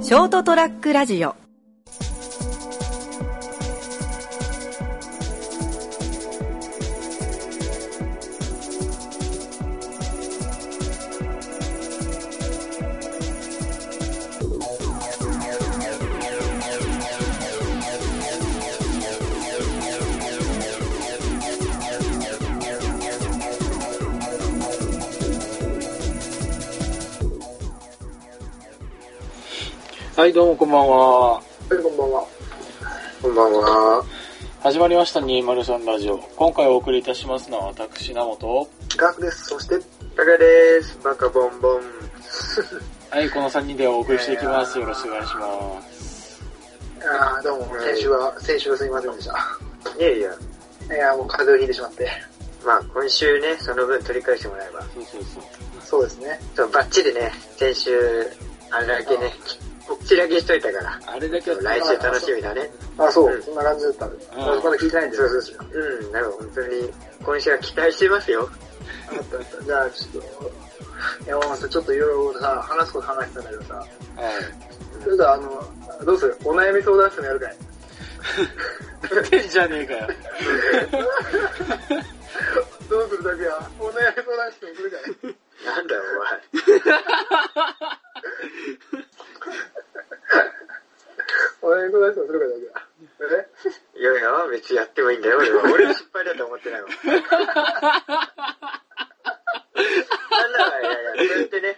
ショートトラックラジオはい、どうもこんばんは。はい、こんばんは。こんばんは。始まりました203ラジオ。今回お送りいたしますのは私、名本。ガクです。そして、バカです。バカボンボン。はい、この3人でお送りしていきます。よろしくお願いします。ああ、どうも、はい先週は、先週はすみませんでした。いやいや、いや、もう風邪をひいてしまって。まあ今週ね、その分取り返してもらえば。そうそうそう。そうですね。そう、バッチリね、先週、あれだけね、こっちだけしといたから。あれだけそうは来週楽しみだね。あそう、うんそんな感じだったんで。うんまだ聞いてないんで。そうそうそう。うん、なんか本当に、今週は期待してますよ。あったあったじゃあ、ちょっと、山本さん、ちょっといろいろさ、話すこと話してたんだけどさ、はい。それとあの、どうするお悩み相談室もやるかい言って んじゃねえかよ。どうするだけは、お悩み相談室も来るかいなんだよ、 お前。いお悩み相談室もするかだけは。えやいや、別にやってもいいんだよ、俺は。俺は失敗だと思ってないもん。なんだかいやいや、そうやってね、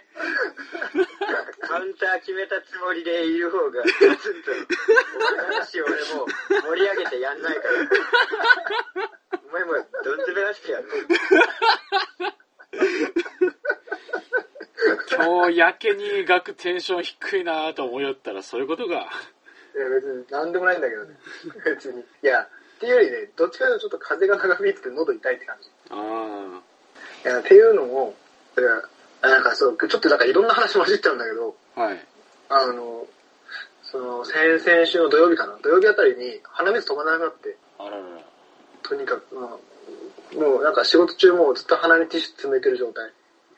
カウンター決めたつもりでいる方が、ガツンと、俺の話を俺も盛り上げてやんないから。お前もうどん詰めらしてやる。今日、やけに額テンション低いなぁと思いよったら、そういうことが。いや別に何でもないんだけ どね。別に。いや、っていうよりね、どっちかというとちょっと風が長引いてて喉痛いって感じ。あいやっていうのも、だからなんかそう、ちょっとなんかいろんな話混じっちゃうんだけど、あ。はい。あの、その、先々週の土曜日かな、土曜日あたりに鼻水止まらなくなって、あららら。とにかく、まあ、もうなんか仕事中もずっと鼻にティッシュ詰めてる状態。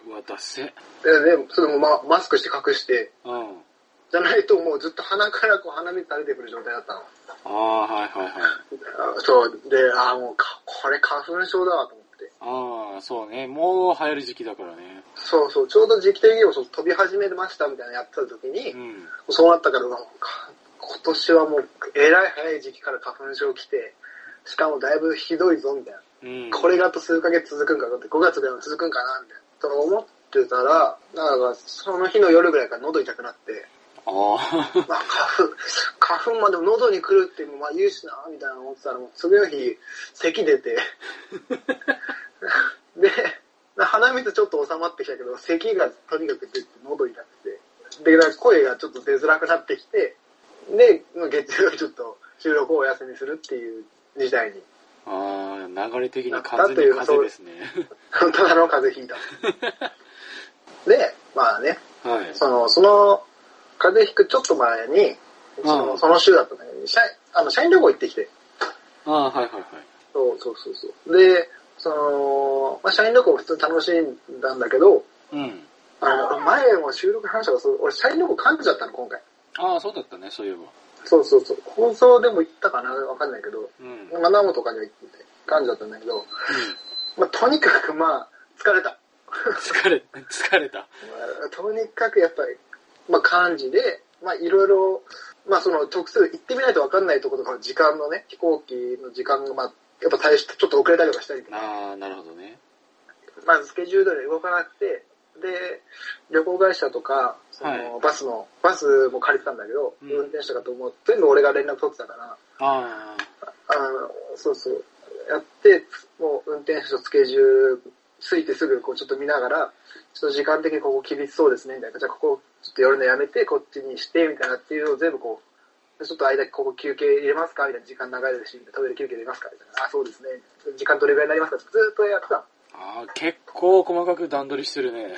うわ、だっせ。で、でそれも、ま、マスクして隠して、うん。じゃないともうずっと鼻からこう鼻水垂れてくる状態だったの。ああ、はいはいはい。あそう、で、あもうか、これ花粉症だわと思って。ああ、そうね。もう流行る時期だからね。そうそう、ちょうど時期的にもそう飛び始めましたみたいなのやってた時に、うん。そうなったから、うわもうか今年はもう、えらい早い時期から花粉症来て、しかもだいぶひどいぞ、みたいな。うん。これがあと数ヶ月続くんかなって、5月ぐらいも続くんかな、みたいな。と思ってたら、なんか、その日の夜ぐらいから喉痛くなって、ああ。まあ、花粉、花粉までも喉に来るって、まあ、言うしな、みたいな思ってたら、もう、次の日、咳出て、で、鼻水ちょっと収まってきたけど、咳がとにかく出て、喉痛くて、で、だから声がちょっと出づらくなってきて、で、まあ月曜日ちょっと収録をお休みするっていう事態に、ああ、流れ的に完全に風ですね。ただの風邪ひいた。で、まあね、はい。その、その、風邪ひくちょっと前に、そうんのその週だったんだけど、社員あの社員旅行行ってきて、ああ、はいはいはい。そうそうそうそう。で、その、まあ、社員旅行普通に楽しんだんだけど、うん。あの、前も収録話したからそう、俺社員旅行噛んじゃったの、今回。ああ、そうだったね、そういえば。そうそうそう。放送でも言ったかなわかんないけど、うん。うん。まあ、ナモとかには言ってて、噛んじゃったんだけど、まあ、とにかくまあ、疲れた。疲れ、 疲れた。まあとにかくやっぱり、まあ、漢字で、まあ、いろいろ、まあ、その、直接行ってみないとわかんないところとかの時間のね、飛行機の時間が、まあ、やっぱ対してちょっと遅れたりとかしたりとか、ああ、なるほどね。まずスケジュールで動かなくて、で、旅行会社とか、そのバスの、バスも借りてたんだけど、うん運転手とかと思って、全部俺が連絡取ってたから、ああの、そうそう、やって、もう運転手とスケジュールついてすぐこうちょっと見ながら、ちょっと時間的にここ厳しそうですね、みたいな。じゃあここちょっと寄るのやめて、こっちにして、みたいなっていうのを全部こう、ちょっと間ここ休憩入れますかみたいな。時間長いですし、みたいなトイレ休憩入れますかみたいな。あ、そうですね。時間どれぐらいになりますかずっとやってた。あ。ああ、結構細かく段取りしてるね。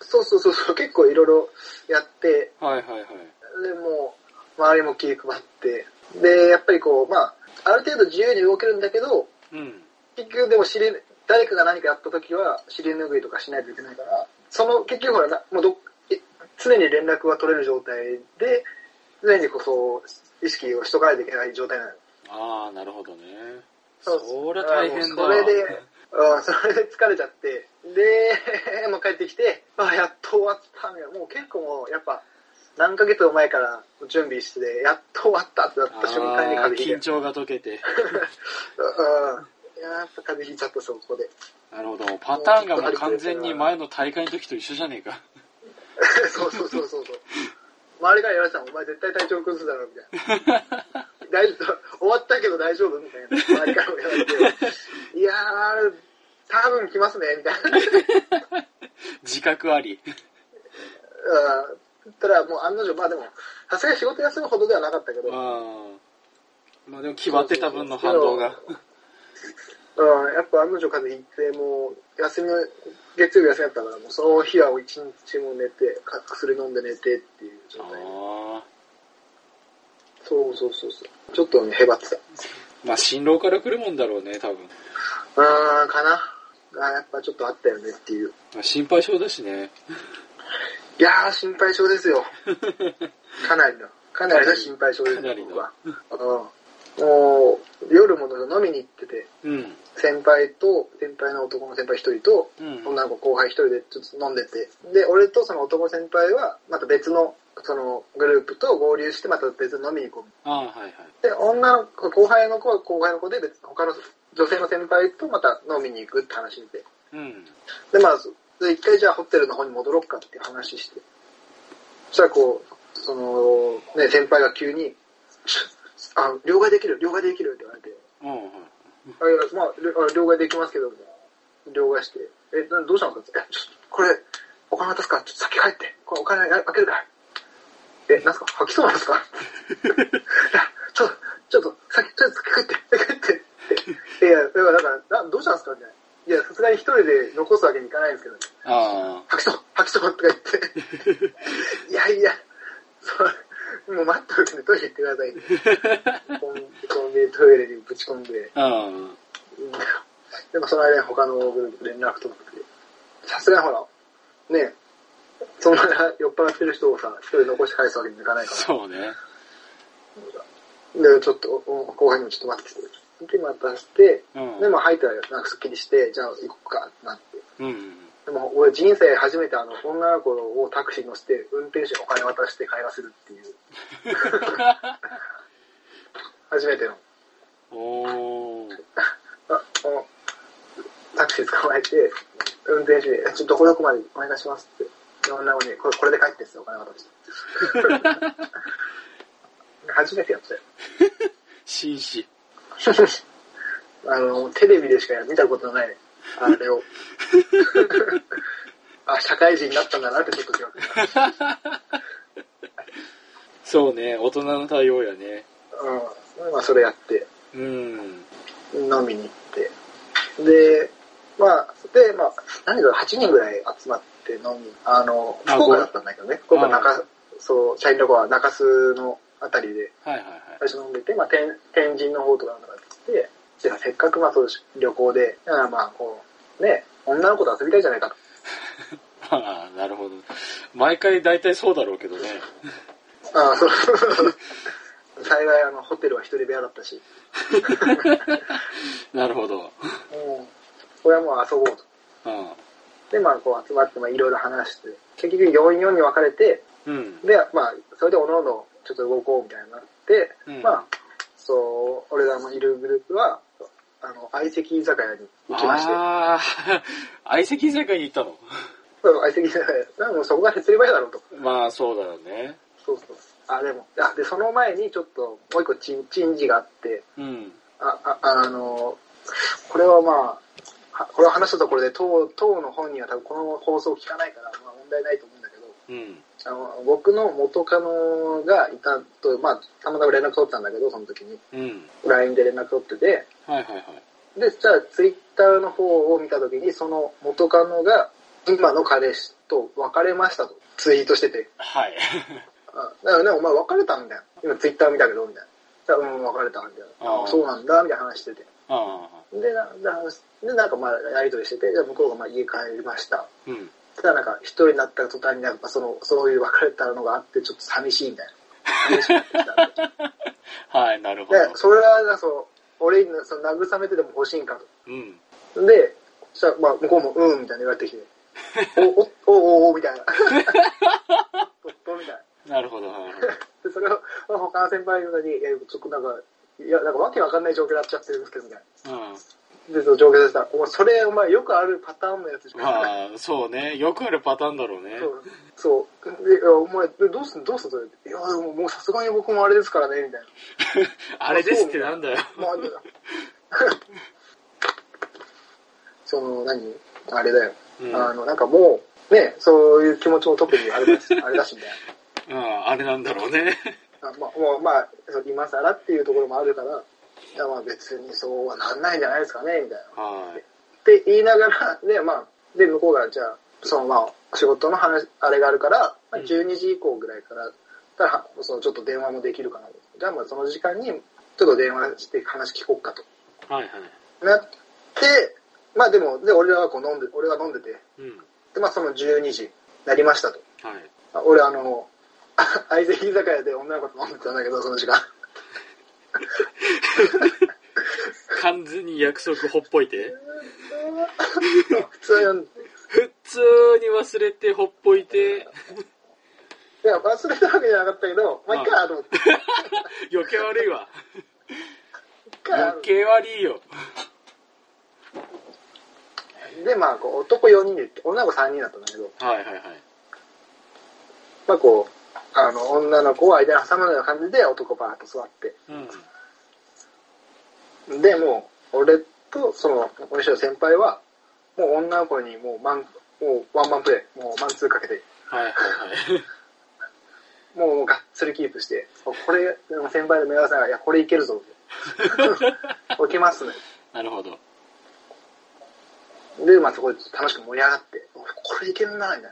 そうそうそうそう、結構いろいろやって、はいはいはい。でもう、周りも気配って、で、やっぱりこう、まあ、ある程度自由に動けるんだけど、うん。結局でも知り、誰かが何かやった時は、尻拭いとかしないといけないから、その、結局ほらな、もうど、え常に連絡が取れる状態で、常にこうそう、意識をしとかないといけない状態なの。ああ、なるほどね。そうそりゃ大変だそわ。れで、うん、それで疲れちゃって、で、 もう帰ってきて、あ、やっと終わったね。もう結構もう、やっぱ、何ヶ月も前から準備してて、やっと終わったってなった瞬間にあー風邪ひい緊て。張が解けて。うん。やっぱ風邪ひいちゃった、そこで。なるほど。パターンがもう完全に前の大会の時と一緒じゃねえか。 そうそうそうそうそう。周りからやらせたら、お前絶対体調崩すだろ、みた いな。大丈夫、終わったけど大丈夫みたいな。周りからもやられて。いやー、多分来ますね、みたいな。自覚あり。うんただもう案の定、まあでも、さすがに仕事休むほどではなかったけど、うん。まあでも決まってた分の反動が。うん、やっぱ案の定風邪ひいて、もう、休みの、月曜日休みだったから、もうその日は一日も寝て、か薬飲んで寝てっていう状態で。あそうそうそうそう。ちょっとね、へばってた。ーまあ辛労から来るもんだろうね、多分。うーん、かな。あやっぱちょっとあったよねっていう。まあ心配性だしね。いやー、心配性で すよ。かなりの。かなりの心配性です、かなりの僕は。うん。もう、夜も飲みに行ってて、うん。先輩と、先輩の男の先輩一人と、うん。女の子後輩一人でちょっと飲んでて。で、俺とその男の先輩は、また別の、そのグループと合流して、また別に飲みに行こう。ああ、はいはい。で、女の子、後輩の子は後輩の子で、別の他の女性の先輩とまた飲みに行くって話で。うん。で、まあ、そで一回じゃあホテルの方に戻ろうかっていう話して。そしたらこう、その、ね、先輩が急に、ちょあの、両替できる、両替できるって言われて、うんうん。あいやまあ、りょあ両替できますけど、両替して、え、などうしたんですかえ、ちょっと、これ、お金渡すから、ちょっと先帰って、これお金あ開けるから。え、なんすか吐きそうなんですかちょっと、ちょっと、先、ちょっと先帰って、先帰ってって。いや、だから、だからなどうしたんですかみたいな。いや、さすがに一人で残すわけにいかないんですけど、あ吐きそう、吐きそうとか言って。 いやいや、そう、もう待っておいてトイレ行ってください、ね。コンビニトイレにぶち込んで。あ。うん。うんでもその間に他のグループ連絡取って、さすがにほら、ねえそんな酔っ払ってる人をさ、一人残して返すわけにもいかないかそうね。ら、で、ちょっと、お後輩にもちょっと待ってて、で、またして、うん。で、まあ入ったらなんかすっきりして、じゃあ行こうかってなって。うん。でも俺人生初めてあの、女の子をタクシーに乗せて、運転手にお金渡して帰らせるっていう。初めての。おー。ああのタクシー捕まえて、運転手に、ちょっとどこどこまでお願いしますって。女の子に、これこれで帰ってっすよ、お金渡して。初めてやったよ。紳士。あの、テレビでしか見たことのない、あれを。あ、社会人になったんだなってちょっと気がついた。そうね、大人の対応やね。うん。まあ、それやって、うん。飲みに行って。で、まあ、で、まあ、何だろう、8人ぐらい集まって飲み、あの、あ福岡ごだったんだけどね、福岡中、そう、社員の子は中洲のあたりで、はいはいはい。最初飲んでて、まあ、天天神の方とかなんか行って、じゃあせっかくまあそう旅行で、だからまあこう、ね、女の子と遊びたいじゃないかと。ああ、なるほど。毎回大体そうだろうけどね。ああ、そう。幸いあの、ホテルは一人部屋だったし、なるほど。うん、これはもう遊ぼうと。うん。で、まあこう集まって、まあいろいろ話して、結局4、4に分かれて、うん。で、まあ、それでおのおのちょっと動こうみたいになって、うんまあ、そう、俺らのいるグループは、あの、相席居酒屋に行きまして、ああ、相席居酒屋に行ったの。そう相席居酒屋、もうそこが手っ取り早いだろうと。まあ、そうだよね。そうそう。あ、でも、あ、で、その前にちょっと、もう一個チン、チンジがあって、うん。あ、あ、あの、これはまあ、はこれを話したところで、党、党の本人は多分この放送を聞かないから、まあ問題ないと思うんだけど、うん。あの僕の元カノがいたと、まあ、たまたま連絡取ったんだけど、その時に。うん。 LINE で連絡取ってて、はいはいはい。で、じゃあ、ツイッターの方を見たときに、その元カノが、今の彼氏と別れましたと、ツイートしてて。はい。 あだからね、お前別れたんだよ。今ツイッター見たけど、みたいな。だからうん、別れたんだよ。ああーそうなんだ、みたいな話してて。ああ。で、ななでなんかまあ、やりとりしてて、じゃあ向こうがまあ家帰りました。うん。ただなんか一人になった途端になんかその、そういう別れたのがあってちょっと寂しいみたいな。寂しくなってきたんで。はい、なるほど。 で、それはなんかその、俺にその慰めてでも欲しいんかうん。と。で、そしたらまあ向こうもうんみたいな言われてきて、お、お、お、お、お、みたいな。お、お、みたいな。なるほど、なるほど。で、それをまあ他の先輩のに、え、ちょっとなんか、いや、なんかわけわかんない状況になっちゃってるんですけどね。うで、その状況でした。お前、それ、お前、よくあるパターンのやつじゃん。ん。まあ、そうね。よくあるパターンだろうね。そう。そう。で、いやお前、どうすんどうすんそれ。いや、でももうさすがに僕もあれですからね、みたいな。あれですってなんだよ。まあ、その、何あれだよ。うん。あの、なんかもう、ね、そういう気持ちも特にあれだし、あれだしみたいうん、あれなんだろうね。な。あまあ、もう、まあ、そう今更っていうところもあるから、いや、まあ別にそうはなんないんじゃないですかね、みたいな。はい。って言いながら、で、まあ、で、向こうが、じゃあ、その、まあ、仕事の話、あれがあるから、まあ、うん12時以降ぐらいから、たら、その、ちょっと電話もできるかな。じゃあ、まあ、その時間に、ちょっと電話して話聞こっかと。はいはい。なって、まあ、でも、で、俺らはこう飲んで、俺が飲んでて、うん。で、まあ、その12時、なりましたと。はい。あ俺、あの、 愛知居酒屋で女の子と飲んでたんだけど、その時間。完全に約束ほっぽいて。普通に、普通に忘れてほっぽいて。いや、忘れたわけじゃなかったけど、まあ、いっか、と思って。余計悪いわ。いっか余計悪いよ。で、まあ、こう男4人で、女の子3人だったんだけど、はいはいはい。まあ、こう、あの、女の子を間に挟むような感じで、男バーッと座っうん。て。で、もう、俺と、その、お店の先輩は、もう女の子にもうマン、もうワンマンプレイ、もうマンツーかけて、はいはいはい。もうがっつりキープして、これ、でも先輩で目指せながら、いや、これいけるぞ、って。置けますね。なるほど。で、まあそこで楽しく盛り上がって、おこれいけるな、みたいな。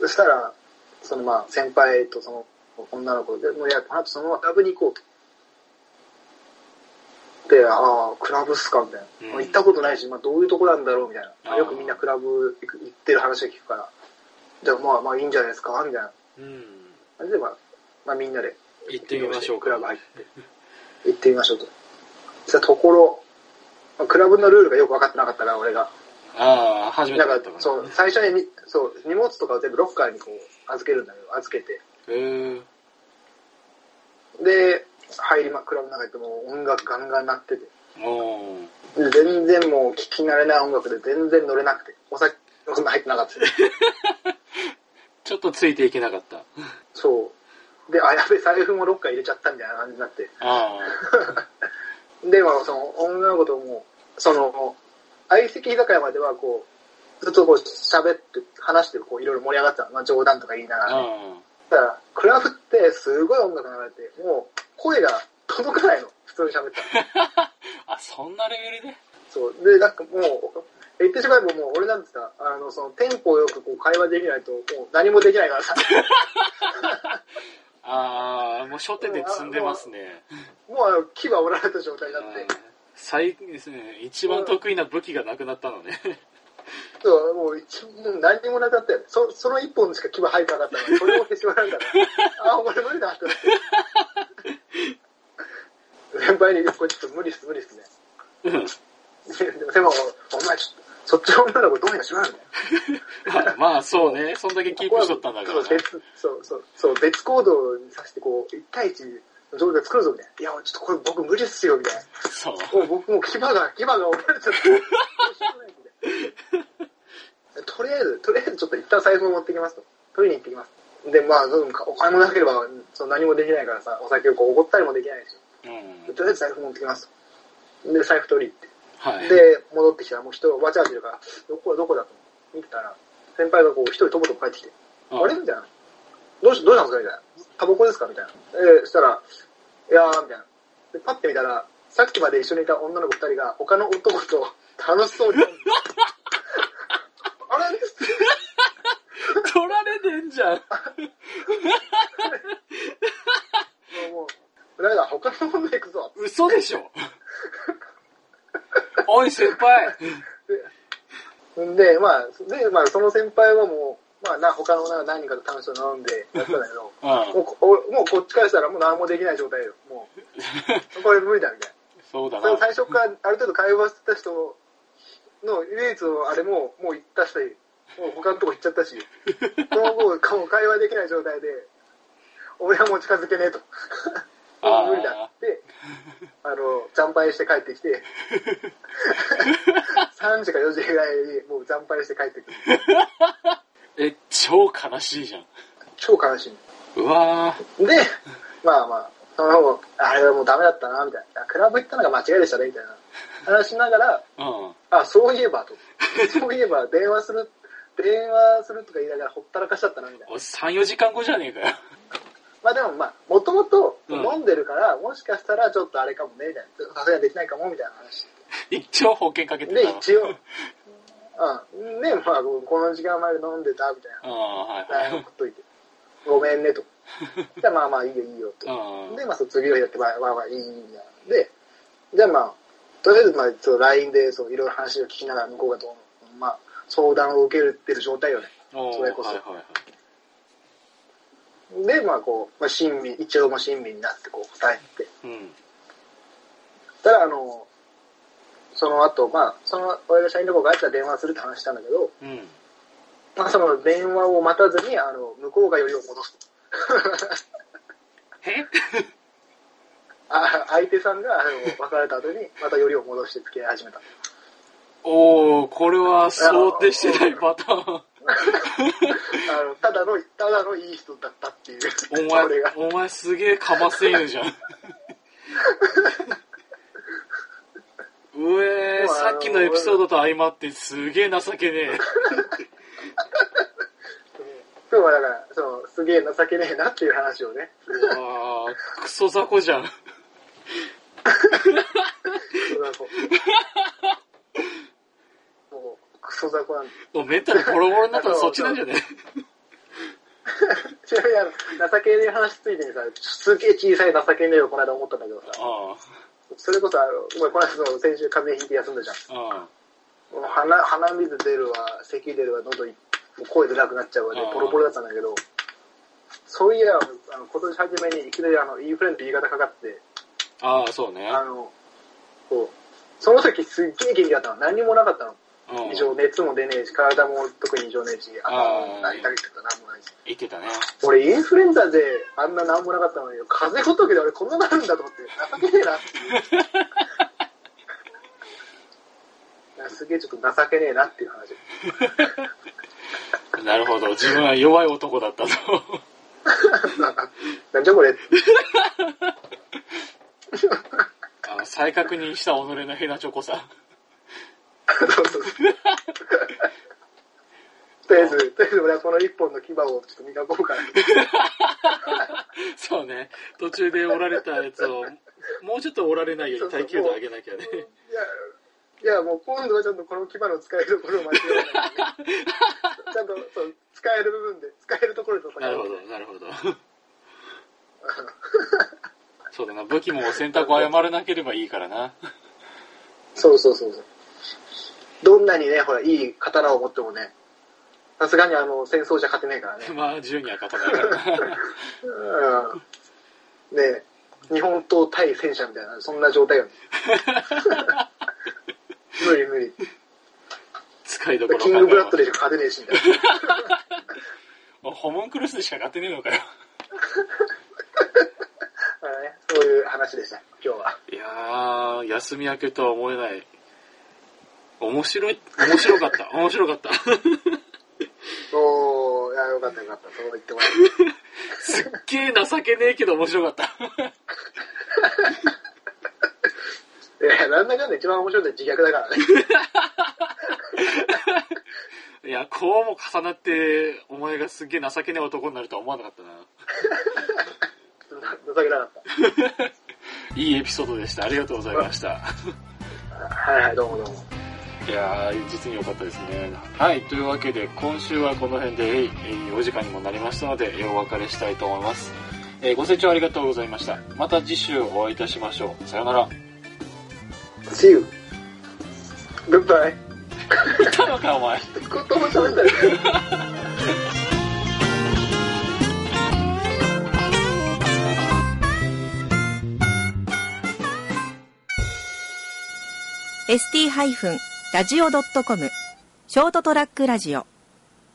そしたら、そのまあ先輩とその女の子で、もういや、この後そのままクラブに行こうと。で、ああ、クラブっすか、みたいな。うん行ったことないし、まあどういうとこなんだろう、みたいあな。ーよくみんなクラブ行く行ってる話を聞くから、じゃあまあまあいいんじゃないですか、みたいなうん。感じで、まあ、まあみんなで行ってみましょうクかラ。ブ入って、行ってみましょうと。そしたらところ、まあクラブのルールがよく分かってなかったから、俺が。ああ、初めてだなっんたかか、ら。。そうう、最初にに、そう、荷物とかを全部ロッカーにこう、預けるんだけど、預けて。えー、で、入りま、クラブの中行ってもう音楽ガンガン鳴ってて。おーで全然もう聞き慣れない音楽で全然乗れなくて。お酒もそんな入ってなかったし。ちょっとついていけなかった。そう。で、あ、やべ、財布もロッカー入れちゃったみたいな感じになって。あで、まあ、その、女の子とも、その、相席居酒屋まではこう、ずっとこう喋って、話してこういろいろ盛り上がってたの。まあ冗談とか言いながあ、ら、あね。だから、クラブってすごい音楽流れて、もう声が届かないの。普通に喋ったら。あ。あ、そんなレベルでそう。で、なんかもう、言ってしまえばもう俺なんてさ、あの、そのテンポよくこう会話できないと、もう何もできないからさ、 ああ、もう書店で積んでますね。もうあの、牙折られた状態になっうんて、最近ですね、一番得意な武器がなくなったのね。そう、もう一、もう何にもなかったよ。そその一本しか牙入ってなかったのに、それを消してもらうから、あ、俺無理だってなって。先輩に、これちょっと無理っす、無理っすね。うんでも、でもお前ちょっと、そっちの女の子どうにかしろよ、みたいな。まあ、まあ、そうね。そんだけキープしとったんだからそう別、そうそう、そう、別行動にさせて、こう、一対一の状態作るぞ、みたいな。いや、ちょっとこれ僕無理っすよ、みたいな。そう。もう僕もう牙が、牙が折られちゃ って。どうしようもないみたいなとりあえず、とりあえずちょっと一旦財布を持ってきますと。取りに行ってきます。で、まあ、うんお金もなければ、その何もできないからさ、お酒をこう、おごったりもできないし、うん。とりあえず財布持ってきますと。で、財布取り行って。はい。で、戻ってきたらもう人がわちゃわちゃいるから、どこ、どこだと見てたら、先輩がこう一人とぼとぼ帰ってきて、うんあれみたいな。どうし、どうしたんですかみたいな。タバコですかみたいな。えー、したら、いやー、みたいな。で、パッて見たら、さっきまで一緒にいた女の子二人が、他の男と楽しそうに。あれ取られてんじゃん。もう、ダメだ、他の女行くぞ。嘘でし ょ。おい、先輩。んで、まあ、そで、まあ、その先輩はもう、まあ、な他のな何人かと楽しそう飲んでやったんだけど、うもうこおもうこっちからしたらもう何もできない状態よ。もう、これ無理だみたいん。そうだな。なそれ。最初からある程度会話してた人の唯一のあれも、もう行ったし、もう他のとこ行っちゃったし、その後、もう会話できない状態で、俺はもう近づけねえと。あーもう無理だって、あの、惨敗して帰って きて、3時か4時ぐらいにもう惨敗して帰ってくる。え、超悲しいじゃん。超悲しい。うわーで、まあまあ、その方、あれはもうダメだったな、みたいな。クラブ行ったのが間違いでしたね、みたいな。話しながら、うん。あ、そういえばと。そういえば、電話 する、電話するとか言いながらほったらかしちゃったな、みたいな。お3、4時間後じゃねえかよ。 まあでもまあ、もともとうん飲んでるから、もしかしたらちょっとあれかもね、みたいな。さすがにできないかも、みたいな話。一応保険かけてたで、わ 一応、うん。で、まあ、この時間まで飲んでた、みたいうん、はな。い LINE 送っ といて。ごめんね、と。じゃあまあまあ、いいよ、いいよ、と。はい。うん。で、まあ、そう次の日やって、わあわあわあいいいいいいみたいな。で、じゃあまあ、とりあえず、まあ、そう LINE で、そう、いろいろ話を聞きながら、向こうがどう、まあ、相談を受けるってる状態よね。おーそれこそはいはいはい。で、まあ、こう、まあ、親身、一応も親身になって、こう、答えて。うん。たら、あの、その後、まあ、その、俺が社員旅行があったら電話するって話したんだけど、うん。まあ、その電話を待たずに、あの、向こうがよりを戻すと。え あ相手さんが、あの、別れた後に、またよりを戻して付き合い始めた。おー、これは想定してないパタ ーン。あの、ただの、ただのいい人だったっていう。 お俺が。前、お前すげえかませ犬じゃん。 うえでー、もあさのっきのエピソードと相まってすげえ情けねえ。今日はだから、その、すげえ情けねえなっていう話をね、うわー、クソ雑魚じゃん。クソザコ。もう、クソザコなんで。もうメンタルボロボロになったのそっちなんじゃ ねちなみにあの、情けねえ話ついでにさ、すげえ小さい情けねえをこの間思ったんだけどさ、あそれこそあの、お前この間その先週風邪ひいて休んだじゃん。あ、あもう鼻、鼻水出るわ、咳出るわ、喉い、もう声出なくなっちゃうわであー、ボロボロだったんだけど、そういや、あの今年初めにいきなりあの、インフルエンザ言い方かかって、あ。ああ、そうね。あの、こう、その時すっげえ元気だったの。何にもなかったの。うん異。常熱も出ねえし、体も特に異常ねえし、頭もあー痛いたりとかなんもないし。言ってたね。俺、インフルエンザであんななんもなかったのに、風邪仏で俺こんななるんだと思って、情けねえなっていうい や。すげえちょっと情けねえなっていう話。なるほど。自分は弱い男だったと。なんじゃこれ。 あ再確認した己のヘナチョコさ。そうそうそうとりあえず、とりあえず俺はこの一本の牙をちょっと磨こうかな。 そうね。途中で折られたやつを、もうちょっと折られないように耐久度上げなきゃね。いや、いやもう今度はちゃんとこの牙の使えるところを間違えないでね。ちゃんとそう使える部分で、使えるところで戦なるほう。ど、なる ほど。そうだな、武器も選択を誤らなければいいからな。そうそうそうそう。どんなにね、ほら、いい刀を持ってもね、さすがにあの、戦争じゃ勝てないからね。まあ、銃には勝たないからな。うん。ね日本刀対戦車みたいな、そんな状態よね。無理無理。使いどころキングブラッドでしか勝てねえし、みたいな。もうホモンクルスでしか勝てねえのかよ。だからねそういう話でした、今日は。いやー、休み明けとは思えない。面白い、面白か った、面白かった。おー、いや、よかったよかった、そう言ってもらえて。すっげえ情けねえけど面白かった。 いや、なんだかんだ一番面白いのは自虐だからね。いや、こうも重なって、お前がすっげえ情けねえ男になるとは思わなかったな。情けなかっいいエピソードでした。ありがとうございました。た。はいはい、どうもどう も。いやー、実に良かったですね。はい、というわけで、今週はこの辺で、えい、えいお時間にもなりましたので、えいお別れしたいと思います。えーご清聴ありがとうございました。また次週お会いい たしましょう。さようなら。 See you. Goodbye. いたのか、お前。言葉喋ったりする。 ST-radio.com ショートトラックラジオ